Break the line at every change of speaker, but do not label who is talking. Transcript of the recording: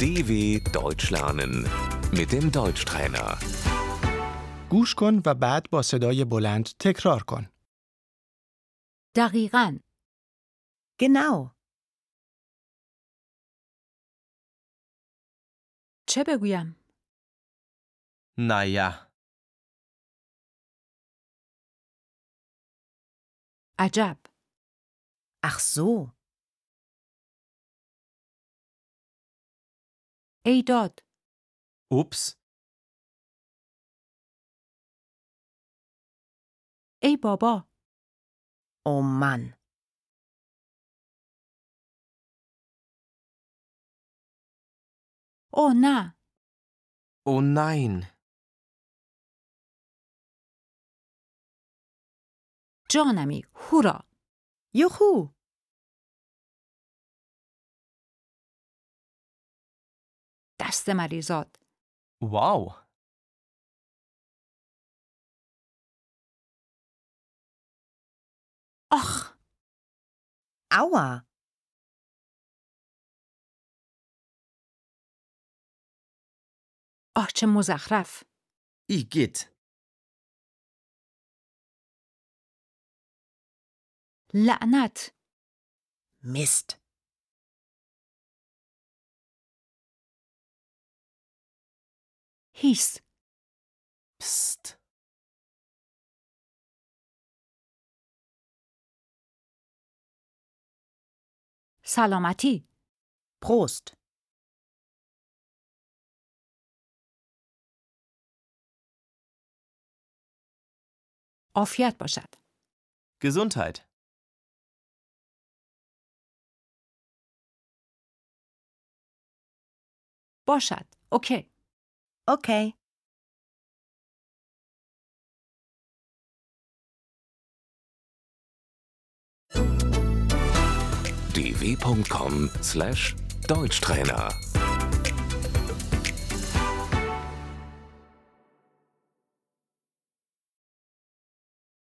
DW Deutsch lernen mit dem Deutschtrainer.
گوش کن و بعد با صدای بلند تکرار کن.
دقیقا.
Genau.
چه بگویم؟
Naja,
عجب.
Ach so.
ای داد.
ups,
ای بابا.
Oh Mann.
او نه.
oh nein,
جانمی. هورا.
Juhu.
دست مریضات.
wow,
آخ.
Aua.
آه چه مزخرف.
igitt,
لعنت.
Mist.
هیس.
psst,
سلامتی.
Prost.
عافیت باشد.
Gesundheit,
باشد. اوکی.
Okay.
dw.com/deutschtrainer